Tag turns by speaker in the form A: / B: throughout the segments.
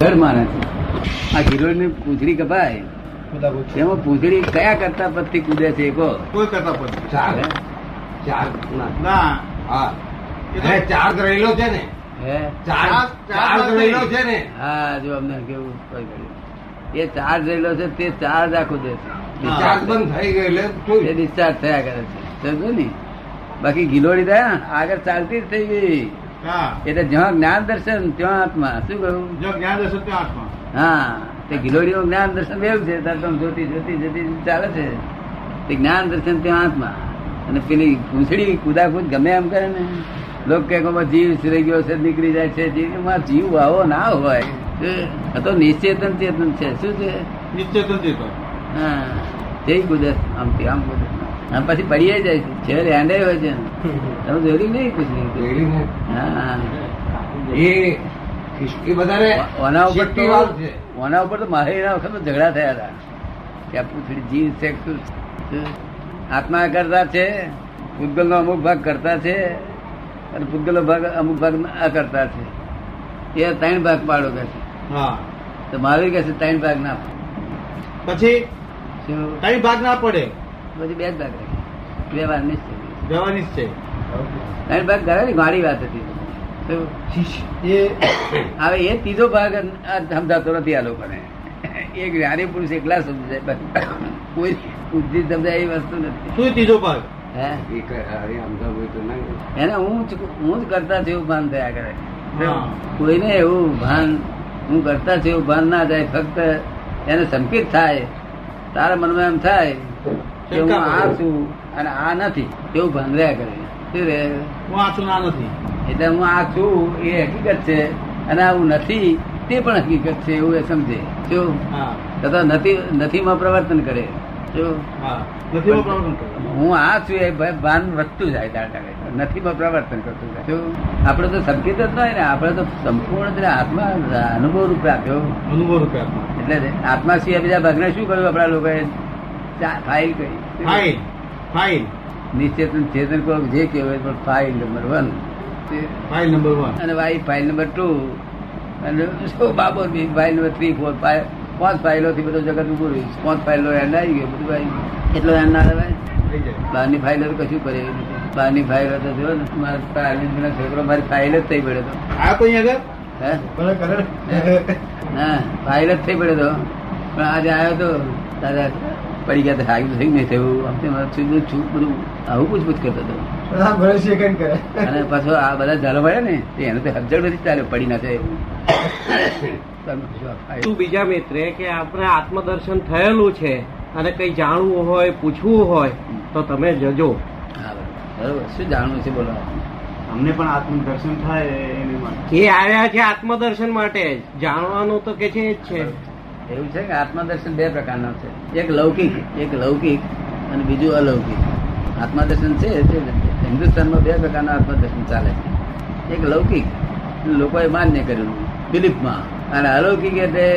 A: ધડ માને છે. આ હિરોઈનની પૂંછડી કપાય એમાં પૂંછડી કયા કરતા પદથી કૂદે છે એ કહો
B: કોઈ કરતા પડતી
C: ચાર ચાર ના.
B: ના
C: હા
B: એ તો-
C: એટલે ચાર રહેલો છે ને
A: હે
C: ચાર
B: ચાર- ચાર
C: ચાર રહેલો છે ને
A: હા જો અમને કેવું કોઈ કર્યું. એ ચાર્જ રહેલો છે તે ચાર્જ આખું દે છે
B: હા.
C: ચાર બંધ થઈ ગયો એટલે
A: એ
C: જોયું.
A: discharge થયા કરે છે સમજો ને બાકી ગિલોડી થયા આગળ ચાલતી જ થઈ ગઈ
B: હા
A: એટલે જ્યાં જ્ઞાન દર્શન ત્યાં આત્મા શું કહ્યું
B: જો જ્ઞાન દર્શન ત્યાં આત્મા
A: હા તે ગિલોડીનું જ્ઞાન દર્શન એવું છે તાર તમે જોતી જોતી જોતી ચાલે છે તે જ્ઞાન દર્શન ત્યાં આત્મા અને પેલી પૂંછડી કુદાકુદ ગમે એમ કરે ને લોકો કે કે જીવ રહી ગયો છે નીકળી જાય છે જીવ માં જીવ આવો ના હોય એ આ તો નિશ્ચેતન ચેતન છે શું છે
B: નિશ્ચેતન ચેતન
A: હા જય કુદરત આમ થી આમ કુદરત આમ પછી પડીએ જાય છે છેલ્લે હેન્ડે હોય છે ને. તમે જોયું નહીં પૂછ્યું
C: રહેલી ને.
A: હા
C: એ ખિસ્તી બધાને
A: ઓના ઉપર તો
C: શીખતીવાળ છે
A: ઓના ઉપર તો માહિતીના વખત ઝઘડા થયા હતા કે આ પૂંછડી જીવ છે કે શું છે? આત્મા કરતા છે ભૂતગલનો અમુક ભાગ કરતા છે અને ભૂતગલનો ભાગ અમુક ભાગ ના કરતા છે એ ત્રણ ભાગ પાડો કે છે
B: હા
A: તો મહાવીર કહે છે ત્રણ ભાગ ના પાડો.
B: પછી
A: શું?
B: કઈ ભાગ ના પડે
A: પછી બે જ ભાગ રાખે બે વાર નિશ્ચય
B: જવાની જ છે
A: ત્રણ ભાગ કરે ને ગાડી વાત હતી શું? હવે એ ત્રીજો ભાગ આ સમજાતો નથી આ લોકોને એક જ્ઞાની પુરુષ એકલા સમજાય બસ. કોઈ બુદ્ધિ સમજાય એવી વસ્તુ નથી
B: શું ત્રીજો ભાગ
A: હે
C: એ કહે, અરે આમ તો હોય તો ના.
A: એને હું જ- હું જ કરતા છું એવું ભાન થયા કરે
B: હા.
A: કોઈને એવું ભાન હું કરતા છું એવું ભાન ના થાય ફક્ત એને સંકેત થાય તારા મનમાં એમ થાય કે હું આ છું અને આ નથી એવું ભાન રહ્યા કરે શું રહે
B: હું આ છું ના નથી
A: એટલે હું આ છું એ હકીકત છે અને આવું નથી તે પણ હકીકત છે એવું એ સમજે જો
B: હા
A: તથા નથી નથીમાં પ્રવર્તન કરે જો
B: હા નથી એવો problem થતો.
A: હું આ છું એ ભ- ભાન વધતું જાય દાડા નથીમાં પ્રવર્તન કરતું જાય જો આપણે તો સંકેત જ નહીં ને આપણે તો સંપૂર્ણ રીતે આત્મા અનુભવ રૂપે આપ્યો
B: અનુભવ રૂપે આત્મા.
A: એટલે આત્મા સિવાય બીજા ભાગને શું કર્યું આપણા લોકોએ ચા- ફાઇલ
B: ફાઇલ
A: કરી
B: ફાઇલ
A: નિશ્ચેતન ચેતન કોક જે કહેવાય પણ file number one
B: file number one
A: અને વાઈ ફાઇલ નંબર ટુ અને શું બાબો બી file number three four five પાંચ ફાઇલોથી બધું જગત ઉભું રહ્યું છે. પાંચ ફાઇલો એન્ડ આવી ગયો બધું આવી ગયું એટલો એન્ડ ના લેવાય
B: થઈ જાય
A: બહારની ફાઇલો તો કશું કરે એવી નથી. બહારની ફાઇલો તો જો ને મારા પા- અરવિંદનો છોકરો મારી ફાઇલ જ થઈ પડ્યો હતો
B: આ તો અહીંયા આગળ?
A: હે ના ફાઇલ જ થઈ પડ્યો હતો પણ આજે આવ્યો તો તારે પડી ગયા તો આવ્યું થઈ નહીં થયું આમ તેમ છું બધું છું બધું આવું પૂછપૂછ કરતો હતો અને પાછો આ બધા ઝાલો પડે ને તે એને તો હજળ બધી ચાલ્યો પડી ના જાય એવું તમે કશો આ ફાઇલ-
D: શું બીજા મિત્રે કે આપણે આત્મદર્શન થયેલું છે અને કઈ જાણવું હોય પૂછવું હોય તો તમે જજો
A: હા, બરોબર શું જાણવું છે બોલો
B: અમને પણ આત્મદર્શન થાય એની માટે
D: એ આવ્યા છે આત્મદર્શન માટે જાણવાનું તો કે છે જ છે
A: એવું છે કે આત્મદર્શન બે પ્રકારના છે એક લૌકિક એક લૌકિક અને બીજું અલૌકિક આત્મદર્શન છે તે હિન્દુસ્તાનમાં બે પ્રકારના આત્મદર્શન ચાલે છે એક લૌકિક લોકોએ માન્ય કરેલું બિલીફમાં અને અલૌકિક એટલે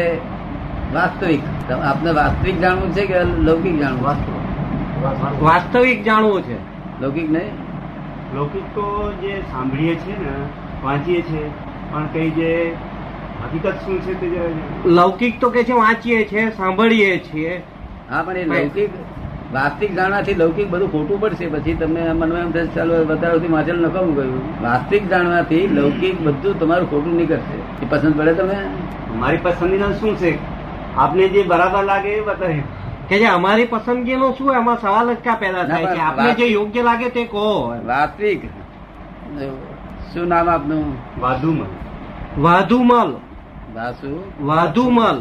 A: વાસ્તવિક તો આપને વાસ્તવિક જાણવું છે કે લૌકિક જાણવું
D: વાસ્તવિક જાણવું છે
A: લૌકિક નહીં
E: લૌકિક તો જે સાંભળીએ છીએ ને વાંચીએ છીએ પણ કઈ જે હકીકત શું છે તે જે-
D: લૌકિક તો કે છે વાંચીએ છીએ સાંભળીએ છીએ
A: હા પણ એ લૌકિક વાસ્તવિક જાણવાથી લૌકિક બધું ખોટું પડશે પછી તમને મનમાં એમ થશે ચાલો વધારાથી માછલ નકામું ગયું વાસ્તવિક જાણવાથી લૌકિક બધું તમારું ખોટું નીકળશે એ પસંદ પડે તમે
E: મારી પસંદીના શું છે આપને જે બરાબર લાગે એ બતાવે
D: કે જે અમારી પસંદગીનો શું એમાં સવાલ જ ક્યાં પેદા થાય છે આપણે જે યોગ્ય લાગે તે કહો
A: વાસ્તવિક શું નામ આપનું
E: વાદુમાં
D: વાધુમલ
A: વાસુ
D: વાધુમલ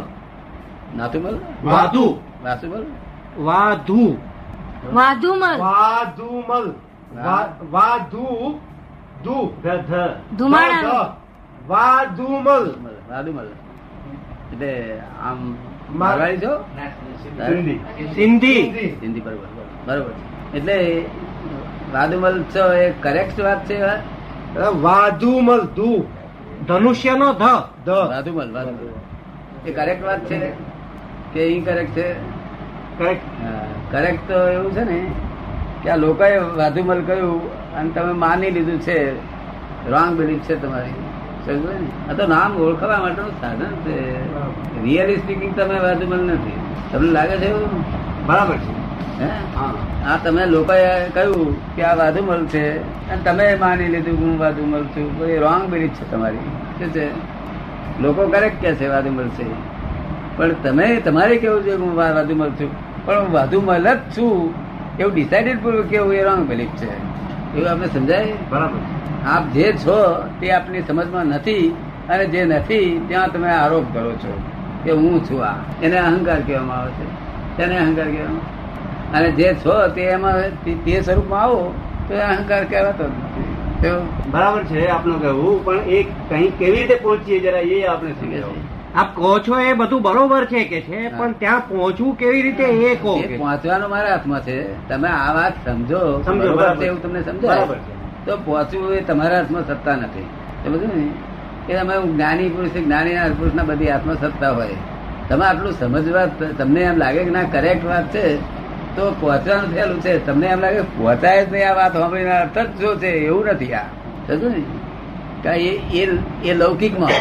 A: નાથુમલ
D: વાધુ
A: વાસુમલ
D: વાધુ
F: વાધુમલ
B: વાધુમલ
A: વા-
B: વાધુ દુ
E: ધ ધ
F: ધુમાડા
B: વાધુમલ
A: વાદુમલ એટલે આમ મારવાડી છો
E: હિન્દી.
D: સિંધી
A: હિન્દી બરોબર બરોબર એટલે વાદુમલ છો એ કરેક્ટ વાત છે
B: વાધુમલ દુ
D: ધનુષ્યનો ધ
B: ધ
A: વાધુમલ વાધુમલ એ કરેક્ટ વાત છે કે ઇનકરેક્ટ છે
E: કરેક્ટ
A: કરેક્ટ તો એવું છે ને કે આ લોકોએ વાધુમલ કહ્યું અને તમે માની લીધું છે રોંગ બિલીફ છે તમારી સમજો ને? આ તો નામ ઓળખવા માટેનું સાધન છે રિયલી સ્પીકિંગ તમે વાંચુમલ નથી તમને લાગે છે એવું
C: બરાબર છે
A: હે
C: હા
A: આ તમે લોકોએ કહ્યું કે આ વાધુમલ છે અને તમે માની લીધું કે હું વાધુમલ છું તો એ રોંગ બિલીફ છે તમારી શું છે લોકો કરેક્ટ કે છે વાધુમલ છે પણ તમે તમારે કેવું છે કે હું વા- વાધુમલ છું પણ હું વાધુમલ જ છું એવું ડિસાઇડેડ પૂર્વક કેવું એ રોંગ બિલીફ છે એવું આપણે સમજાય
C: બરાબર છે
A: આપ જે છો તે આપની સમજમાં નથી અને જે નથી ત્યાં તમે આરોપ કરો છો કે હું છું આ એને અહંકાર કહેવામાં આવે છે તેને અહંકાર કહેવામાં અને જે છો તે એમાં તે- તે સ્વરૂપમાં આવો તો એ અહંકાર કહેવાતો જ નથી તો
E: બરાબર છે આપનું કહેવું પણ એ કઈ કેવી રીતે પહોંચીએ જરા એ આપણે સમજાવો
D: આપ કહો છો એ બધું બરોબર છે કે છે પણ ત્યાં પહોંચવું કેવી રીતે એ કહો
A: એ
D: કે
A: પહોંચવાનું મારા હાથમાં છે તમે આ વાત સમજો
E: સમજો,
A: બરોબર
E: બરાબર.
A: છે એવું તમને સમજાય
E: બરાબર છે
A: તો પહોંચવું એ તમારા હાથમાં સત્તા નથી સમજો ને કે તમે જ્ઞાની પુરુષ જ્ઞાની પુરુષના બધી હાથમાં સત્તા હોય તમે આટલું સમજવા તમને એમ લાગે કે ના કરેક્ટ વાત છે તો પહોંચવાનું થયેલું છે તમને એમ લાગે પહોંચાય જ નહીં આ વાત સાંભળીને અર્થ જ જો છે એવું નથી આ સમજો ને કારણ કે એ એ- એ લૌકિકમાં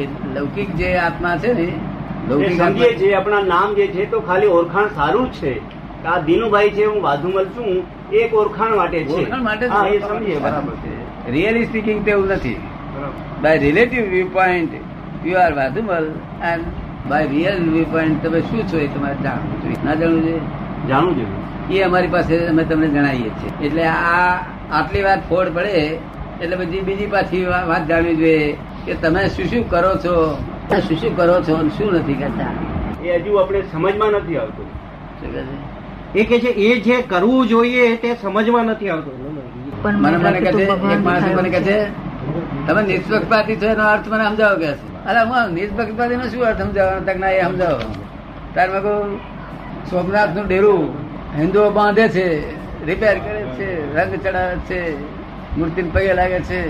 A: એ લૌકિક જે આત્મા છે ને
E: એ
A: લૌકિક
E: સમજીએ
A: આત્મા-
E: છીએ આપણા નામ જે છે તો ખાલી ઓળખાણ સારું જ છે કે આ દિનુભાઈ છે હું વાધુમલ છું એક ઓળખાણ માટે છે
A: ઓળખાણ માટે જ
E: હા એ સમજીએ બરાબર છે
A: રિયલી સ્પીકિંગ તેવું નથી
E: બરાબર
A: by relative view point you are Vadhumal and by real view point તમે શું છો એ તમારે જાણવું જોઈએ ના જાણવું જોઈએ
E: જાણવું જોઈએ
A: એ અમારી પાસે અમે તમને જણાવીએ છીએ એટલે આ આટલી વાત ફોડ પડે એટલે પછી બીજી પાછી વા- વાત જાણવી જોઈએ કે તમે શું શું કરો છો તમે શું શું કરો છો અને શું નથી કરતા
E: એ હજુ આપણે સમજમાં નથી આવતું
A: શું કહે છે?
D: એ કે છે એ જે કરવું જોઈએ તે સમજમાં નથી આવતું
F: પણ
A: મને
F: મને
A: મને કહે છે
F: લાગે તો
A: એક માણસ
F: ભગવાન
A: મને કહે છે તમે નિષ્પક્ષપાતી છો એનો અર્થ મને સમજાવો કે છે. અરે હું નિષ્પક્ષપાતીનો શું અર્થ સમજાવવાનો તક ના એ સમજાવો તારે મેં કહું સોમનાથ નું ડેરું હિન્દુઓ બાંધે છે રિપેર કરે છે રંગ ચડાવે છે મૂર્તિને પગે લાગે છે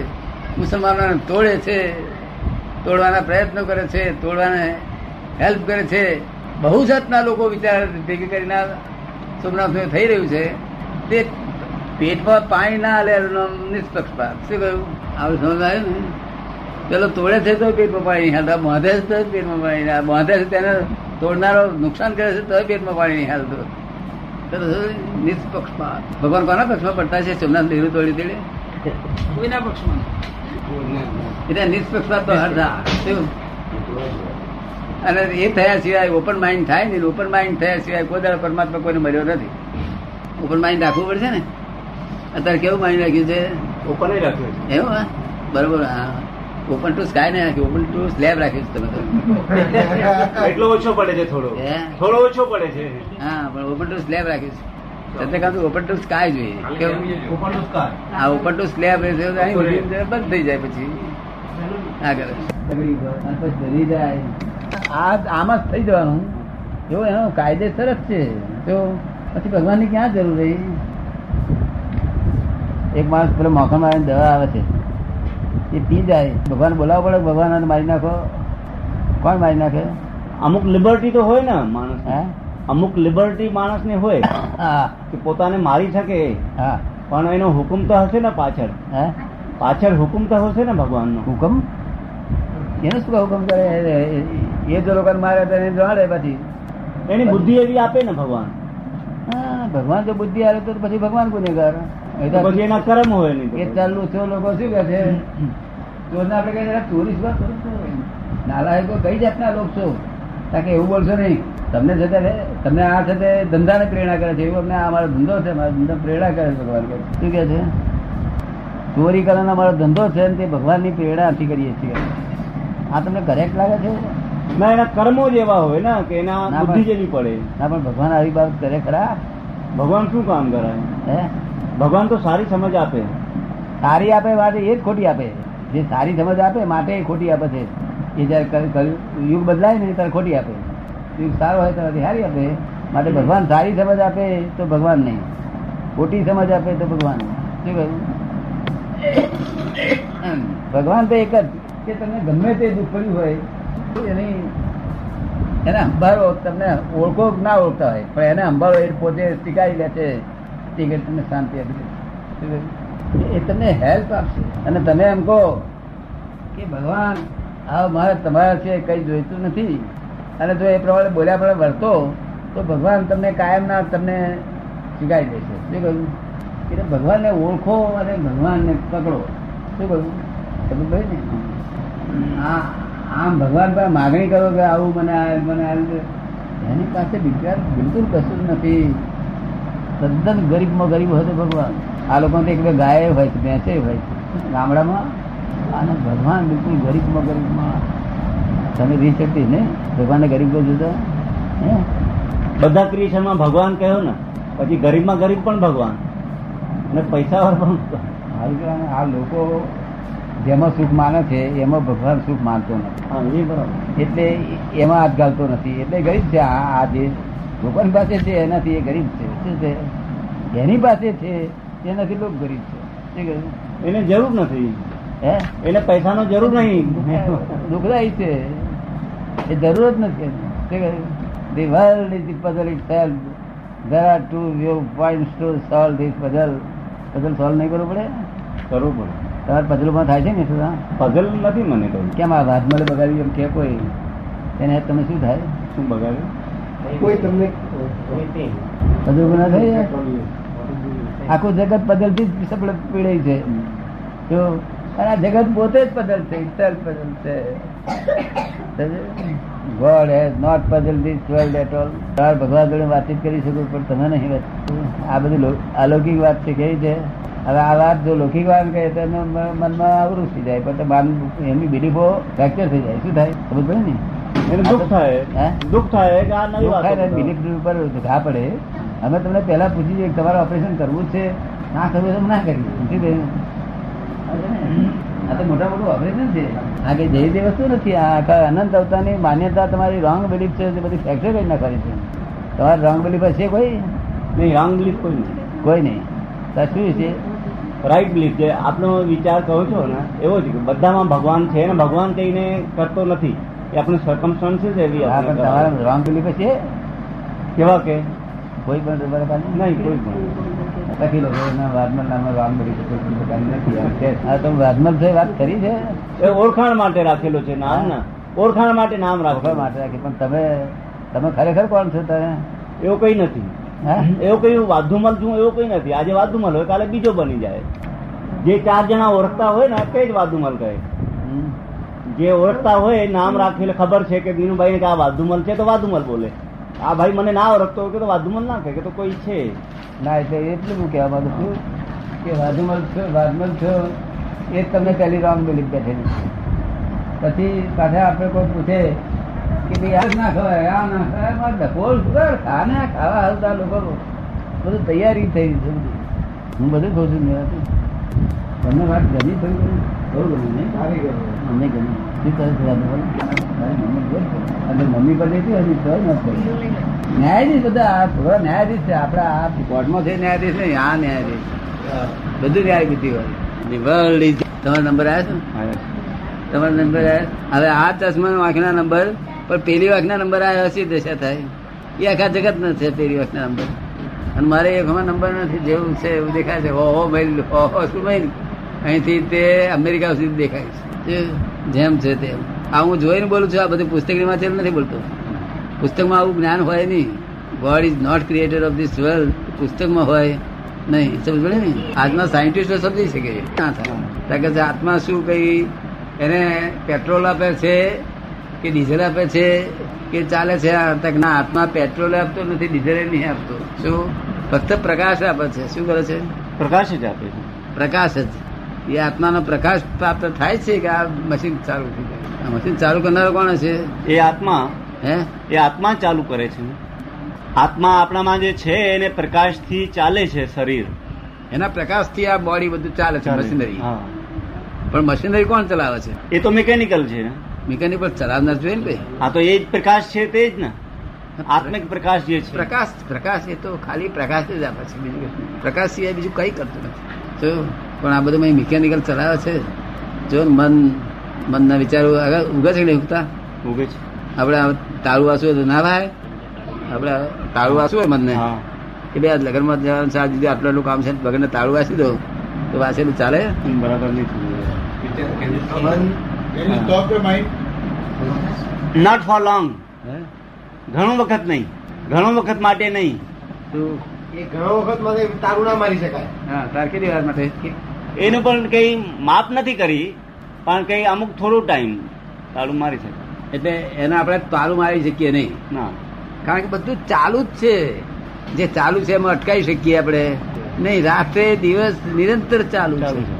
A: મુસલમાનોને તોડે છે તોડવાના પ્રયત્નો કરે છે તોડવાને હેલ્પ કરે છે બહુ જાતના લોકો વિચાર ભેગી કરીને આ સોમનાથનું થઈ રહ્યું છે તે પેટમાં પાણી ના હાલે એનો નિષ્પક્ષપાત શું કહ્યું આપણે સમજ આવ્યું ને પેલો તોડે છે તો પેટમાં પાણી નહીં હાલતું આ બાંધે છે તો પેટમાં પાણી નહીં આ બાંધે છે તેને તોડનારો નુકસાન કરે છે તો પેટમાં પાણી નહીં હાલતું તો નિષ્પક્ષપાત ભગવાન કોના પક્ષમાં પડતા છે સોમનાથ ડેરું તોડી તેડે એટલે નિષ્પક્ષપાત તો હરધા શું અને એ થયા સિવાય ઓપન માઇન્ડ થાય ને ઓપન માઇન્ડ થયા સિવાય કોઈ દાડો પરમાત્મા કોઈને મળ્યો નથી ઓપન માઇન્ડ રાખવું પડશે ને અત્યારે કેવું માઇન્ડ રાખ્યું છે
E: ઓપન જ રાખ્યું છે
A: એવું હા બરોબર હા ઓપન ટુ સ્કાય નહીં રાખ્યું ઓપન ટુ સ્લેબ રાખ્યું છે તમે તો
E: એટલો ઓછો પડે છે થોડો
A: હે?
E: થોડો ઓછો પડે છે
A: હા પણ ઓપન ટુ સ્લેબ રાખ્યું છે ચંદ્રકાંત ઓપન ટુ સ્કાય જોઈએ કેવું આ ઉપર તો સ્લેબ રહેશે તો અહીં ઉડી જાય, બંધ થઈ જાય પછી આગળ આ તો ધરી જાય. આ આમ જ થઈ જવાનું એવો એનો કાયદેસર જ છે તો પછી ભગવાનની ક્યાં જરૂર રહી એક માણસ પેલો મોખણ મારીને દવા આવે છે એ પી જાય ભગવાન બોલાવો પડે ભગવાન આને મારી નાખો કોણ મારી નાખે
E: અમુક લિબર્ટી તો હોય ને માણસ
A: હે
E: અમુક લિબર્ટી માણસ ને હોય
A: હા
E: કે પોતાને મારી શકે
A: હા
E: પણ એનો હુકમ તો હશે ને પાછળ
A: હે
E: પાછળ હુકમ તો હશે ને ભગવાનનો
A: હુકમ એનો શું કામ હુકમ કરે એ- એ- એ જો લોકોને મારે તો એને જોડે પછી
E: એની બુદ્ધિ એવી આપે ને ભગવાન
A: હા, ભગવાન જો બુદ્ધિ આવે તો પછી ભગવાન ગુનેગાર એ
E: તો પછી એના કર્મ હોય
A: તો
E: નહીં
A: એ ચાલુ છો લોકો શું કહે છે ચોરને આપણે કહીએ જરા ચોરી શું વાત કરો છો? નાલાયકો કઈ જાતના લોક છો કારણ કે એવું બોલશો નહીં તમને છે તે તમને આ છે તે ધંધાને પ્રેરણા કરે છે એવું અમને આ અમારો ધંધો છે અમારો ધંધો પ્રેરણા કરે છે ભગવાન કહે છે. શું કહે છે ચોરી કરવાનો અમારો ધંધો છે અને તે ભગવાનની પ્રેરણાથી કરીએ છીએ આ તમને કરેક્ટ લાગે છે
E: ના એના કર્મો જ એવા હોય ને કે
A: ના,
E: એના
A: પણ-
E: બુદ્ધિ જ એવી પડે
A: ના પણ ભગવાન આવી બાબત કરે ખરા
E: ભગવાન શું કામ કરાય
A: હે
E: ભગવાન તો સારી સમજ આપે
A: સારી આપે વાત એ જ ખોટી આપે જે સારી સમજ આપે માટે એ ખોટી આપે છે એ જ્યારે કલ- કલ- યુગ બદલાય ને ત્યારે ખોટી આપે યુગ સારો હોય ત્યારે સારી આપે માટે ભગવાન સારી સમજ આપે તો ભગવાન નહીં ખોટી સમજ આપે તો ભગવાન શું કહ્યું ભગવાન તો એક જ કે તમને ગમે તે દુઃખ કર્યું હોય એની એને અંબારો તમને ઓળખો કે ના ઓળખતા હોય પણ એને અંબારો એ પોતે સ્વીકારી લે છે તે કે તમને શાંતિ આપી દે શું કહ્યું? એ તમને હેલ્પ આપશે અને તમે એમ કહો કે ભગવાન આ મારે તમારા છે કઈ જોઈતું નથી અને જો એ પ્રમાણે બોલ્યા પ્રમાણે વર્તો તો ભગવાન તમને કાયમના તમને શીખાઈ દેશે શું કહ્યું એટલે ભગવાનને ઓળખો અને ભગવાનને પકડો શું કહ્યું તમે કહ્યું ને આ આમ ભગવાન પર માગણી કરો કે આવું મને આ- મને આ રીતે. એની પાસે વિજ્ઞાન બિલકુલ કશું જ નથી તદ્દન ગરીબમાં ગરીબ હતો ભગવાન આ લોકો એક બે ગાય હોય છે ભેંસે હોય છે ગામડામાં અને ભગવાન બિલકુલ ગરીબમાં ગરીબમાં તમે રહી શકતી ને ભગવાનને ગરીબ કહો જોતા હે
G: બધા ક્રિએશનમાં ભગવાન કહ્યો ને પછી ગરીબમાં ગરીબ પણ ભગવાન અને પૈસા પણ
A: હાલ તો આ લોકો જેમાં સુખ માને છે એમાં ભગવાન સુખ માનતો નથી
G: હા, એ બરાબર
A: એટલે એમાં હાથ ઘાલતો નથી એટલે ગરીબ છે આ આ જે લોકોની પાસે છે એનાથી એ ગરીબ છે શું છે એની પાસે છે એનાથી લોકો ગરીબ છે શું કહ્યું?
G: એને જરૂર નથી
A: હે
G: એને પૈસાનો જરૂર નહીં
A: દુઃખદાયી છે એ જરૂર જ નથી the world is puzzle itself there are two view point to solve this puzzle puzzle solve નહીં કરવું પડે
G: કરવું પડે
A: તમારે પઝલમાં થાય છે ને સુધા
G: પઝલ નથી મને કહ્યું
A: કેમ આ વાત મળે બગાડ્યું એમ કે કોઈ એને તમે શું થાય
G: શું બગાડ્યું
B: કોઈ તમને
A: પઝલ ના થાય આખું જગત પઝલથી જ સપડે પીડાય છે જો અને આ જગત પોતે જ પઝલ છે ઇટસેલ્ફ પઝલ છે God has not puzzle this world at all તમારે ભગવાન જોડે વાતચીત કરી શકો પણ તમે નહીં વાત આ બધી લો- અલૌકિક વાત છે કેવી છે હવે આ વાત જો લૌકિક વાત કહે તો એમના મ- મનમાં આવરું થઈ જાય પણ માન એમની બિલીફો ફ્રેક્ચર થઈ જાય શું થાય ખબર પડે ને
G: એને દુઃખ
A: હે?
G: થાય દુઃખ થાય કે આ નવી
A: દુઃખ થાય ને
G: વાત
A: બિલીફ ઉપર ઘા પડે અમે તમને પહેલા પૂછી દઈએ કે તમારે ઓપરેશન કરવું જ છે ના કરવું હોય તો ના કરીએ સમજી ગયું? આ તો મોટા મોટું ઓપરેશન છે આ કઈ જઈ તે વસ્તુ નથી આ આખા અનંત અવતારની માન્યતા તમારી રોંગ બિલીફ છે તે બધી ફ્રેક્ચર કરી નાખવાની છે તમારી રોંગ બિલીફ છે કોઈ
G: નહીં રાંગ બિલીફ કોઈ નહીં
A: કોઈ નહીં તો શું છે
G: રાઈટ બિલીફ જે આપણો વિચાર કહો છો ને એવો છે કે બધામાં ભગવાન છે ને ભગવાન કહીને કરતો નથી એ આપણે સર્કમસ્ટન્સીસ એવી
A: આ પણ
G: આપણે કરવા.
A: તમારા રોંગ બિલીફ છે
G: કેવા કે
A: કોઈ પણ પ્રકારની?
G: નહીં કોઈ પણ
A: લખી લો એના વાદમલ નામનો રોંગ બિલીફ કોઈ પણ પ્રકારની નથી આ છે. આ તમે વાદમલ છે વાત કરી છે
G: એ ઓળખાણ માટે રાખેલું છે નામ ને ઓળખાણ માટે નામ
A: રાખવા
G: રાખેલું
A: માટે રાખી પણ તમે તમે ખરેખર કોણ છો તમે
G: એવું કઈ નથી
A: હે?
G: એવું કઈ વાધુમલ છું એવું કઈ નથી આજે વાધુમલ હોય કાલે બીજો બની જાય જે ચાર જણા ઓળખતા હોય ને તે જ વાધુમલ કહે
A: હમ.
G: જે ઓળખતા હોય નામ રાખેલું ખબર છે કે દીનુભાઈ ને કે આ વાધુમલ છે તો વાધુમલ બોલે આ ભાઈ મને ના ઓળખતો હોય કે તો વાધુમલ ના કહે કે તો કોઈ છે
A: ના એટલે એટલું હું કહેવા માંગુ છું કે વાધુમલ છો વાધુમલ છો એ જ તમને પહેલી રોંગ બિલીફ બેઠેલી છે પછી પાછા આપણે કોઈ પૂછે કે ભાઈ આ ના ખવાય આ ના ખવાય મારે ડકોર સુગર ખાને ખાવા હાલતા લોકો બધું તૈયારી થઈ છે બધી. હું બધું કહું છું મેં તમને વાત ગમી થઈ બહુ ગમી નહીં મને ગમ્યું શું કરે છે વાધુમલ? તારી મમ્મી બોલ છે. અને મમ્મી પર જતી હતી તો ન કરી ન્યાયાધીશ બધા આ થોડા ન્યાયાધીશ છે આપડા આ કોર્ટમાં છે ન્યાયાધીશ નહીં આ ન્યાયાધીશ બધું ન્યાય બુદ્ધિ હોય The world is- તમારો નંબર આવ્યો છે ને? તમારો નંબર આવ્યો હવે આ ચશ્માનો આંખના નંબર પણ પેલી આંખના નંબર આવ્યો હશે દશા થાય એ આખા જગત ન છે પેલી આંખના નંબર અને મારે એક નંબર નથી જેવું છે એવું દેખાય છે હો હો મૈલ હો હો શું મૈલ અહીંથી તે અમેરિકા સુધી દેખાય છે જે- જેમ છે તેમ આ હું જોઈને બોલું છું આ બધી પુસ્તકની એમ નથી બોલતો પુસ્તકમાં આવું જ્ઞાન હોય નહીં God is not creator of this world પુસ્તકમાં હોય નહીં સમજ પડે ને આજના સાયન્ટિસ્ટો સમજી શકે ના થાય કારણ કે જે આત્મા શું કઈ એને પેટ્રોલ આપે છે કે ડીઝલ આપે છે કે ચાલે છે આ તક ના આત્મા પેટ્રોલ આપતો નથી ડીઝલ નહીં આપતો શું ફક્ત પ્રકાશ આપે છે શું કરે છે
G: પ્રકાશ જ આપે છે
A: પ્રકાશ જ એ આત્માનો પ્રકાશ પ્રાપ્ત થાય છે કે આ મશીન ચાલુ થઈ જાય આ મશીન ચાલુ કરનારો કોણ છે
G: એ આત્મા
A: હે
G: એ આત્મા ચાલુ કરે છે આત્મા આપણામાં જે છે એને પ્રકાશથી ચાલે છે શરીર
A: એના પ્રકાશથી આ બોડી બધું ચાલે છે મશીનરી
G: હા.
A: પણ મશીનરી કોણ ચલાવે છે
G: એ તો મિકેનિકલ છે ને
A: મિકેનિક પર ચલાવનાર જોઈએ ને ભાઈ
G: આ તો એ જ પ્રકાશ છે તે જ ને આત્મિક પ્રકાશ જે છે
A: પ્રકાશ પ્રકાશ એ તો ખાલી પ્રકાશ જ આપે છે બીજું કશું નહીં. પ્રકાશ સિવાય બીજું કંઈ કરતું નથી જો પણ આ બધું મિકેનિકલ ચલાવે છે જો મન મનના વિચારો આગળ ઉગે છે કે નહીં ઉગતા
G: ઉગે છે
A: આપણે આ તાળું વાસું હોય તો ના ભાઈ આપણે તાળું વાસું હોય મનને
G: હા
A: કે બે લગ્નમાં જવાનું સાહેબ દીધી આટલું આટલું કામ છે લગ્નને તાળું વાસી દો તો વાસેલું ચાલે
G: બરાબર નહીં થયું.
C: વિચાર કેન્દ્ર
A: Can you stop
H: your mind?
G: Not for long
A: હે?
G: ઘણો વખત નહીં ઘણો વખત માટે નહીં
A: તું
B: એ ઘણો વખત મને તારું ના મારી શકાય
A: હા તાર કેટલી વાર માટે કે-
G: એનું પણ કઈ માપ નથી કરી પણ કઈ અમુક થોડું ટાઈમ તાળું મારી શકે
A: એટલે એને આપણે તારું મારી શકીએ નહીં
G: ના
A: કારણ કે બધું ચાલુ જ છે જે ચાલુ છે એમાં અટકાવી શકીએ આપણે નહીં રાત્રે દિવસ નિરંતર ચાલુ છે
G: ચાલુ છે.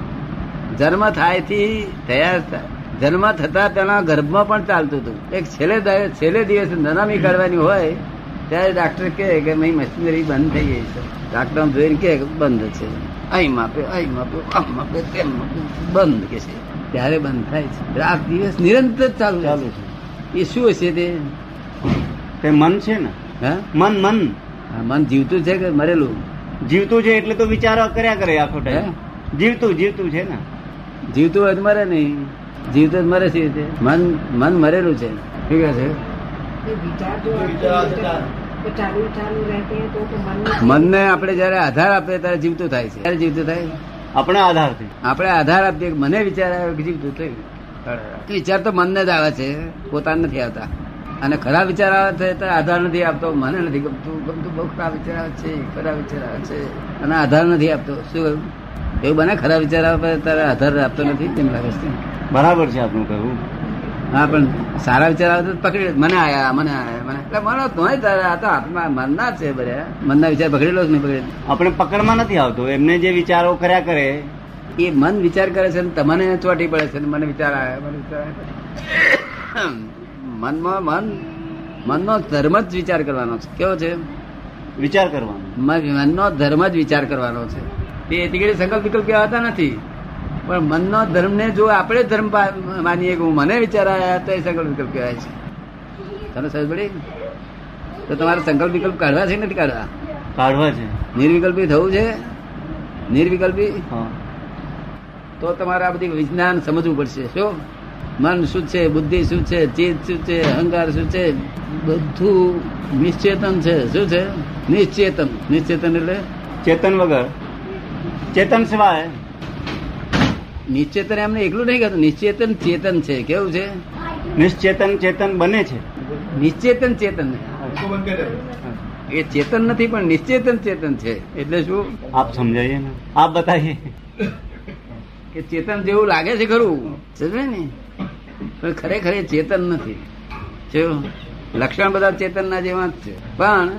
A: જન્મ થાય થી થયા થ- જન્મ થતા તેના ગર્ભમાં પણ ચાલતું હતું એક છેલ્લે દ- છેલ્લે દિવસે નનામી કાઢવાની હોય ત્યારે ડાક્ટર કહે કે અહીં મશીનરી બંધ થઈ ગઈ છે ડાક્ટર આમ જોઈને કહે કે બંધ છે અહીં માપે અહીં માપે આમ માપે તેમ માપે બંધ કે છે ત્યારે બંધ થાય છે રાત દિવસ નિરંતર ચાલુ
G: ચાલુ
A: છે
G: છે
A: એ શું હશે તે
G: તે મન છે ને
A: હા
G: મન મન
A: આ મન જીવતું છે કે મરેલું
G: જીવતું છે એટલે તો વિચારો કર્યા કરે આખો ટાઈમ જીવતું જીવતું છે ને
A: જીવતું હોય તો મરે નહીં જીવતું જ મરે છે તે. મન મન મરેલું છે શું કહે છે મનને આપણે જયારે આધાર આપીએ ત્યારે જીવતું થાય છે ત્યારે જીવતું થાય
G: આપણા આધારથી
A: આપણે આધાર આપીએ કે મને વિચાર આવ્યો કે જીવતું થયું વિચાર તો મનને જ આવે છે પોતાને નથી આવતા અને ખરા વિચાર આવે છે તો આધાર નથી આપતો મને નથી ગમતું ગમતું બહુ ખરા વિચાર આવે છે ખરા વિચાર આવે છે અને આધાર નથી આપતો શું કહ્યું એવું બને ખરા વિચાર આવે ત્યારે આધાર આપતો નથી તેમ લાગે છે
G: બરાબર છે આપનું કહેવું
A: હા પણ સારા વિચાર આવે તો પકડી લે. મને આયા મને આયા મને એટલે મને તોય તારે આ તો હાથમાં મનના છે બધા મનના વિચાર પકડેલો જ નહીં પકડેલો
G: આપણે પકડમાં નથી આવતો એમને જે વિચારો કર્યા કરે
A: એ મન વિચાર કરે છે ને તમને ચોટી પડે છે ને મને વિચાર આવે મને વિચાર આવે. મનમાં મન મનનો ધર્મ જ વિચાર કરવાનો છે કેવો છે
G: વિચાર કરવાનો
A: મન- મનનો ધર્મ જ વિચાર કરવાનો છે તે એટીકેડી સંકલ્પ વિકલ્પ કહેવાતા નથી પણ મનનો ધર્મને જો આપણે ધર્મ પા- માનીએ કે હું મને વિચાર આવ્યા તો એ સંકલ્પ વિકલ્પ કહેવાય છે તને સમજ પડી તો તમારે સંકલ્પ વિકલ્પ કાઢવા છે કે નથી કાઢવા
G: કાઢવા છે
A: નિર્વિકલ્પી થવું છે નિર્વિકલ્પી
G: હા
A: તો તમારે આ બધી વિજ્ઞાન સમજવું પડશે શું મન શું છે બુદ્ધિ શું છે ચિત્ત શું છે અહંકાર શું છે બધું નિશ્ચેતન છે શું છે નિશ્ચેતન નિશ્ચેતન એટલે
G: ચેતન વગર ચેતન સિવાય
A: નિશ્ચેતન એમને એકલું નહીં કહેતું નિશ્ચેતન ચેતન છે કેવું છે
G: નિશ્ચેતન ચેતન બને છે
A: નિશ્ચેતન ચેતન એ ચેતન નથી પણ નિશ્ચેતન ચેતન છે એટલે શું
G: આપ સમજાઈએ ને આપ બતાવીએ
A: કે ચેતન જેવું લાગે છે ખરું સમજે ને પણ ખરેખર એ ચેતન નથી જો, લક્ષણ બધા ચેતનના જેવા જ છે પણ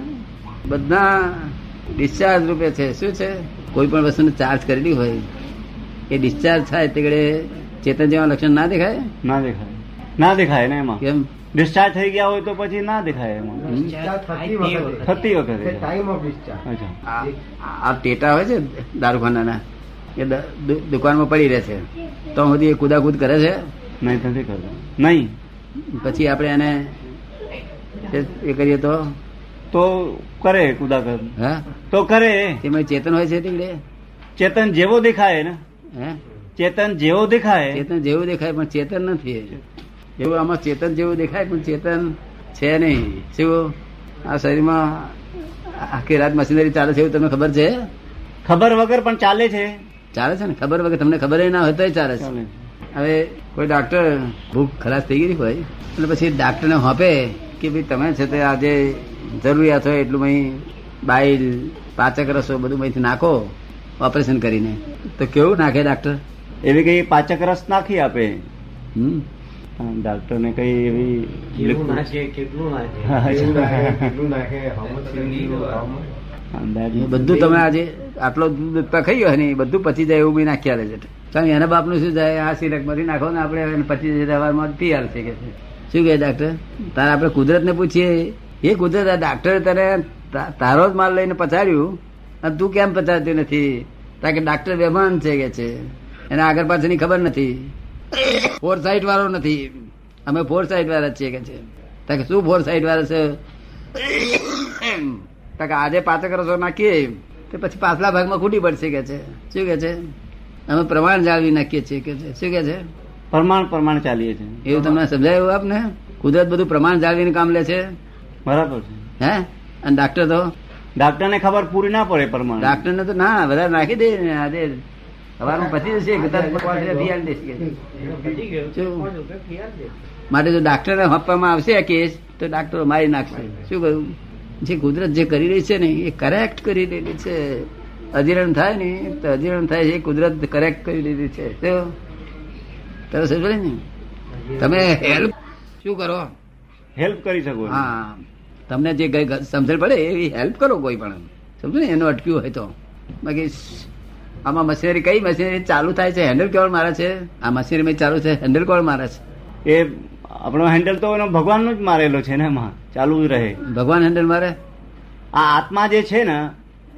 A: બધા ડિસ્ચાર્જ રૂપે છે શું છે કોઈ પણ વસ્તુને ચાર્જ કરેલી હોય એ ડિસ્ચાર્જ થાય તે ઘડે ચેતન જેવા લક્ષણ ના દેખાય
G: ના દેખાય ના દેખાય ને એમાં
A: કેમ
G: ડિસ્ચાર્જ થઈ ગયા હોય તો પછી ના દેખાય એમાં
A: હમ?
B: થતી વખતે
G: થતી વખતે
B: ટાઈમ ઓફ ડિસ્ચાર્જ
G: અચ્છા
A: આ આ ટેટા હોય છે દારૂખાનાના એ દ- દુ- દુકાનમાં પડી રહે છે તો સુધી એ કુદાકુદ કરે છે
G: નહીં નથી કરતો નહીં
A: પછી આપણે એને એ- એ કરીએ તો
G: તો કરે કુદાકર
A: હા
G: તો કરે
A: તેમાં ચેતન હોય છે તીકડે
G: ચેતન જેવો દેખાય ને
A: હે
G: ચેતન જેવો દેખાય
A: ચેતન જેવું દેખાય પણ ચેતન નથી એ. એવું આમાં ચેતન જેવું દેખાય પણ ચેતન છે નહીં શું આ શરીરમાં આખી રાત મશીનરી ચાલે છે એવું તમને ખબર છે
G: ખબર વગર પણ ચાલે છે
A: ચાલે છે ને ખબર વગર તમને ખબર ના હોય તોય ચાલે છે
G: ચાલે છે.
A: હવે કોઈ ડાક્ટર ભૂખ ખલાસ થઈ ગઈ હોય એટલે પછી ડાક્ટરને હોપે કે ભાઈ તમે છે તે આજે જરૂરિયાત હોય એટલું અહીં બાઈલ પાચક રસો બધું અહીંથી નાખો ઓપરેશન કરીને તો કેવું નાખે ડાક્ટર
G: એવી કઈ પાચક રસ નાખી આપે
A: હમ
G: ડોક્ટર ને કઈ એવી
B: એવું નાખે કેટલું નાખે how much you- how much-
G: અંદાજ
A: એ બધું તમે આજે આટલો દૂધતા ખાઈ હોય ને એ બધું પચી જાય એવું બી નાખ્યા લે છે કારણ એના બાપનું શું જાય આ સિરકમાંથી નાખો ને આપણે એને પચી જાય દવામાં પી હાલશે કે છે. શું કહે ડાક્ટર તારે આપણે કુદરતને પૂછીએ એ કુદરત આ ડાક્ટરે તને તા- તારો જ માલ લઈને પચાડ્યું અને તું કેમ પચાડતી નથી કારણ કે ડાક્ટર બેભાન છે કે છે એને આગળ પાછળની ખબર નથી ફોર સાઈડ વાળો નથી અમે ફોર સાઈડ વાળા જ છીએ કે છે તાકે શું ફોર સાઈડ વાળા છે તાકે આજે પાચક રસો નાખીએ તો પછી પાછલા ભાગમાં ખૂટી પડશે કે છે શું કે છે અમે પ્રમાણ જાળવી નાખીએ છીએ કે છે શું કે છે
G: પ્રમાણ પ્રમાણ ચાલીએ છે
A: એવું તમને સમજાયું આપને કુદરત બધું પ્રમાણ જાળવીને કામ લે છે
G: બરાબર છે
A: હે અને ડાક્ટર તો
G: ડાક્ટર ને ખબર પૂરી ના પડે પ્રમાણ
A: ડાક્ટર ને તો ના વધારે નાખી દે ને આજે સવારમાં પતી જશે કદાચ પાંચ રૂપિયા ફી આલી દેશે કે. શું? માટે જો ડાક્ટરને આપવામાં આવશે આ કેસ તો ડાક્ટરો મારી નાખશે શું કહ્યું જે કુદરત જે કરી રહી છે ને એ કરેક્ટ કરી રહેલી છે અધિરણ થાય ને તો અધિરણ થાય છે એ કુદરત કરેક્ટ કરી લીધી છે શું? તમે સમજો ને તમે હેલ્પ શું કરો
G: હેલ્પ કરી શકો છો.
A: હા તમને જે ગઈ ગ- સમજણ પડે એવી હેલ્પ કરો કોઈ પણ સમજો ને એનું અટક્યું હોય તો બાકી શ- આમાં મશીનરી કઈ મશીનરી ચાલુ થાય છે હેન્ડલ કોણ મારે છે આ મશીનરી ચાલુ છે હેન્ડલ કોણ મારે છે
G: એ આપણો હેન્ડલ તો એનો ભગવાનનો જ મારેલો છે ને એમાં ચાલુ જ રહે
A: ભગવાન હેન્ડલ મારે
G: આ આત્મા જે છે ને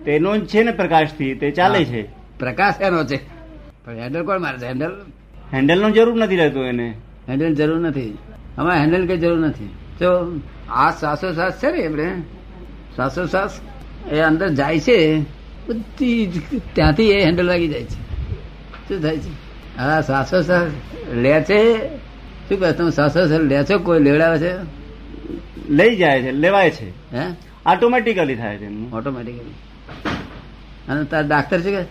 G: તેનો જ છે ને પ્રકાશથી તે ચાલે
A: હા.
G: છે
A: પ્રકાશ એનો છે પણ હેન્ડલ કોણ મારે છે હેન્ડલ
G: હેન્ડલનો જરૂર નથી રહેતો એને
A: હેન્ડલ જરૂર નથી આમાં હેન્ડલ કઈ જરૂર નથી તો આ શ્વાસોશ્વાસ છે ને એમણે શ્વાસોશ્વાસ એ અંદર જાય છે બધી જ ત્યાંથી એ હેન્ડલ લાગી જાય છે શું થાય છે આ શ્વાસોશ્વાસ લે છે શું કહે તમે શ્વાસોશ્વાસ લે છો કોઈ લેવડાવે છે
G: લઈ જાય છે લેવાય છે
A: હે
G: ઓટોમેટિકલી થાય છે એમનું.
A: ઓટોમેટિકલી અને તાર ડાક્ટર છે કે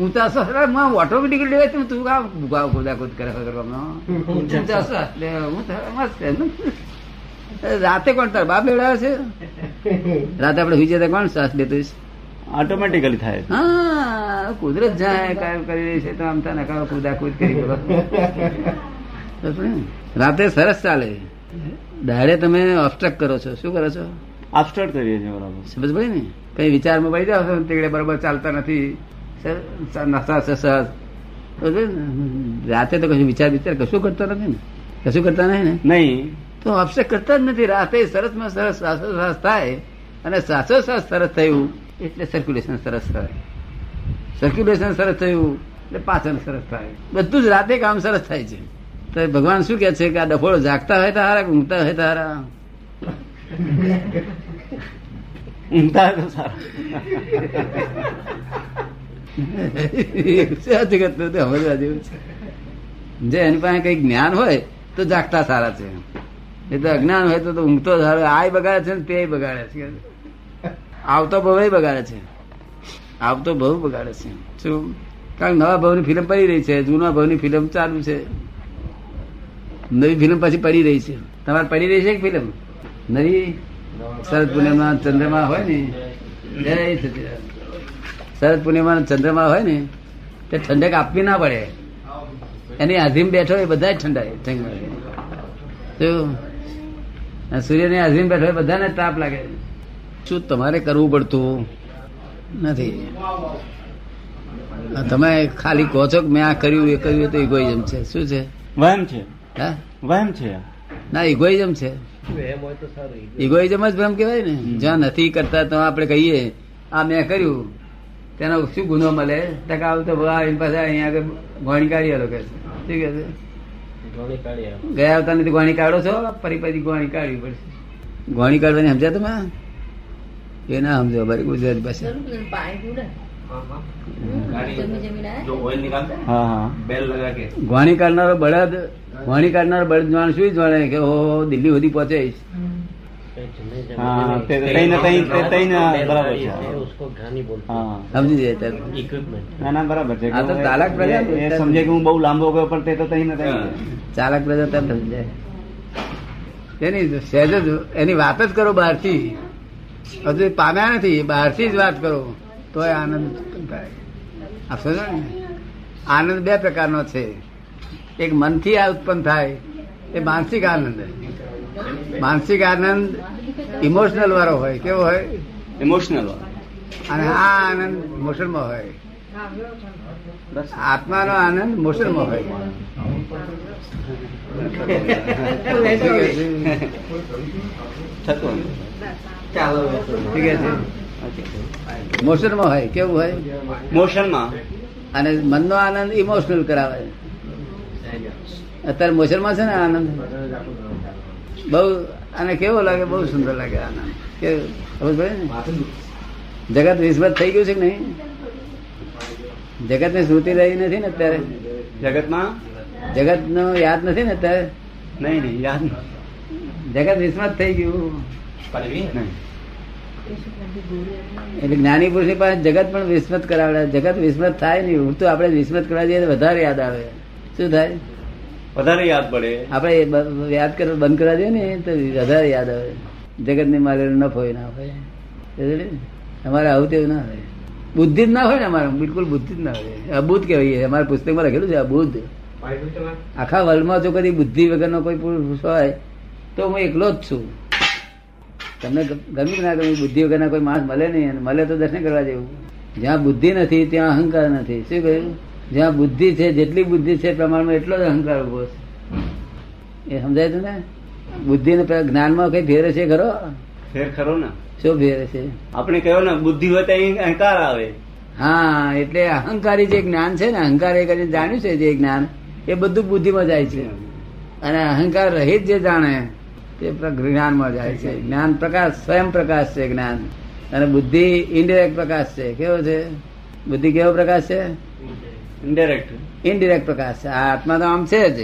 A: ઊંચા શ્વાસમાં ઓટોમેટિકલી લેવાય તું તું કામ ભૂગા કુદાકુદ કરે વગર આમનો? ઊંચા શ્વાસ લે, હું તો મસ્ત એમ. રાતે કોણ તાર બાપ લેવડાવે છે રાતે આપણે સુઈ જતા કોણ શ્વાસ લેતું હશે?
G: ઓટોમેટિકલી થાય છે
A: હા કુદરત જાય કામ કરી રહી છે તો આમ તને કામ કુદાકુદ કરી બોલો રાતે સરસ ચાલે દાડે તમે ઓબસ્ટ્રક કરો છો શું કરો છો
G: Obstruct કરીએ છીએ બરાબર
A: સમજ પડી ને કઈ વિચારમાં પડી જાવ તીકડે બરોબર ચાલતા નથી સર, નસા છે સર. સમજ પડી ને? રાતે તો કશું વિચાર વિચાર કશું કરતા નથી ને કશું કરતા નહીં ને
G: નહીં
A: તો અપસેટ કરતા જ નથી રાતે સરસમાં સરસ શ્વાસોશ્વાસ થાય અને શ્વાસોશ્વાસ સરસ થયું એટલે સર્ક્યુલેશન સરસ થાય સર્ક્યુલેશન સરસ થયું એટલે પાચન સરસ થાય બધું જ રાતે કામ સરસ થાય છે તો ભગવાન શું કે છે કે આ ડફોળો જાગતા હોય તો હારા કે ઊંઘતા હોય તો હારા
G: ઊંઘતા હોય તો સારું
A: આ જગતનું તો સમજવા જેવું છે જે એની પાસે કઈ જ્ઞાન હોય તો જાગતા સારા છે એ તો અજ્ઞાન હોય તો તો ઊંઘતો સારો આય બગાડે છે ને તે બગાડે છે આવતો ભવે બગાડે છે આવતો ભવ બગાડે છે શું કારણ કે નવા ભવની ફિલ્મ પડી રહી છે જૂના ભવની ફિલ્મ ચાલુ છે નવી ફિલ્મ પછી પડી રહી છે તમારે પડી રહી છે કે ફિલ્મ નવી શરદ પૂર્ણિમા ચંદ્રમા હોય ને જય સચિદાનંદ શરદ પૂર્ણિમા ચંદ્રમા હોય ને તે ઠંડક આપવી ના પડે એની આધીમ બેઠો એ બધા જ ઠંડાય ઠંડ લાગે. શું? અને સૂર્યની આધીમ બેઠો એ બધાને તાપ લાગે શું તમારે કરવું પડતું નથી આ તમે ખાલી કહો છો કે મેં આ કર્યું એ કર્યું એ તો ઇગોઇઝમ છે શું છે
G: વહેમ છે
A: હા
G: વહેમ છે
A: ના ઇગોઇઝમ છે ઇગોઇઝમ જ ભ્રમ કહેવાય ને જ્યાં નથી કરતા તો આપણે કહીએ આ મેં કર્યું તેનો શું ગુનો મળે ટકા આવું તો ભલા એની પાસે અહીંયા આગળ ગોણી કાઢી આલો કે છે. શું કહે છે ગયા આવતા નથી ગોણી કાઢો છો ફરી પછી ગોણી કાઢવી પડશે ગોણી કાઢવાની સમજ્યા તમે એ ના સમજો બરી ગુજરાતી ભાષા
G: હા હા
A: ગોણી કાઢનારો બળદ ગોણી કાઢનારો બળદ જાણ શું જાણે કે ઓ દિલ્હી સુધી પહોંચે છે.
G: હા તે તો તઈ ને તઈ- તે તઈ ને બરાબર છે હા
A: સમજી જાય ત્યારે.
G: ના ના બરાબર છે
A: આ તો તાલાક પ્રજા
G: એ- એ સમજે કે હું બહુ લાંબો ગયો પણ તે તો તઈ ને તઈ જ.
A: ચાલક પ્રજા તેમ થઈ જાય તેની સહેજ જ એની વાત જ કરો બહારથી હજુ પામ્યા નથી બહારથી જ વાત કરો તોય આનંદ ઉત્પન્ન થાય આપ સમજો ને આનંદ બે પ્રકારનો છે એક મનથી આ ઉત્પન્ન થાય એ માનસિક આનંદ માનસિક આનંદ ઇમોશનલ વાળો હોય કેવો હોય
G: ઇમોશનલ
A: અને આ આનંદ મોશનમાં હોય
G: બસ
A: આત્માનો આનંદ મોશનમાં હોય શું કહે છે?
G: થતું
A: ઠીક છે મોશનમાં હોય કેવું હોય
G: મોશનમાં
A: અને મનનો આનંદ ઇમોશનલ કરાવે અત્યારે મોશનમાં છે ને આનંદ બહુ અને કેવો લાગે બહુ સુંદર લાગે આનંદ કે ખબર પડે ને? જગત વિસ્મત થઈ ગયું છે કે નહીં જગત ને સ્મૃતિ રહી નથી ને અત્યારે
G: જગતમાં
A: જગત નો યાદ નથી ને અત્યારે
G: નહીં નહીં યાદ નહીં.
A: જગત વિસ્મત થઈ ગયું
G: નહીં
A: એટલે જ્ઞાની પુરુષની પાસે જગત પણ વિસ્મૃત કરાવડે જગત વિસ્મૃત થાય નહીં ઉડતું આપણે વિસ્મૃત કરવા જઈએ તો વધારે યાદ આવે શું થાય
G: વધારે યાદ પડે
A: આપણે એ બ- યાદ કરવા બંધ કરવા જઈએ ને તો વધારે યાદ આવે જગતની મારે નફો ય ના હોય સમજ્યો ને? અમારે આવું તેવું ના હોય બુદ્ધિ જ ના હોય ને અમારે બિલકુલ બુદ્ધિ જ ના હોય અબુદ્ધ કહેવાય અમારા પુસ્તકમાં લખેલું છે અબુદ્ધ આખા વર્લ્ડમાં જો કદી બુદ્ધિ વગરનો કોઈ પુરુષ હોય તો હું એકલો જ છું તમને ગ- ગમ્યું કે ના ગમ્યું બુદ્ધિ વગરના કોઈ માણસ મળે નહીં અને મળે તો દર્શન કરવા જેવું જ્યાં બુદ્ધિ નથી ત્યાં અહંકાર નથી શું કહ્યું જ્યાં બુદ્ધિ છે જેટલી બુદ્ધિ છે પ્રમાણમાં એટલો જ અહંકાર ઉભો છે એ સમજાય છે ને બુદ્ધિ ને પેલા જ્ઞાનમાં કઈ ફેરે છે ખરો
G: ફેર ખરો ને
A: શું ફેરે છે
G: આપણે કહ્યું ને બુદ્ધિ હોય તો અહીં અહંકાર આવે
A: હા એટલે અહંકારી જે જ્ઞાન છે ને અહંકાર એ કરીને જાણ્યું છે જે જ્ઞાન એ બધું બુદ્ધિમાં જાય છે અને અહંકાર રહિત જે જાણે તે પ્ર- જ્ઞાનમાં જાય છે જ્ઞાન પ્રકાશ સ્વયં પ્રકાશ છે જ્ઞાન અને બુદ્ધિ ઇનડિરેક્ટ પ્રકાશ છે કેવો છે બુદ્ધિ કેવો પ્રકાશ છે
G: ઇન્ડાયરેક્ટ
A: ઇનડિરેક્ટ પ્રકાશ છે આ આત્મા તો આમ છે જ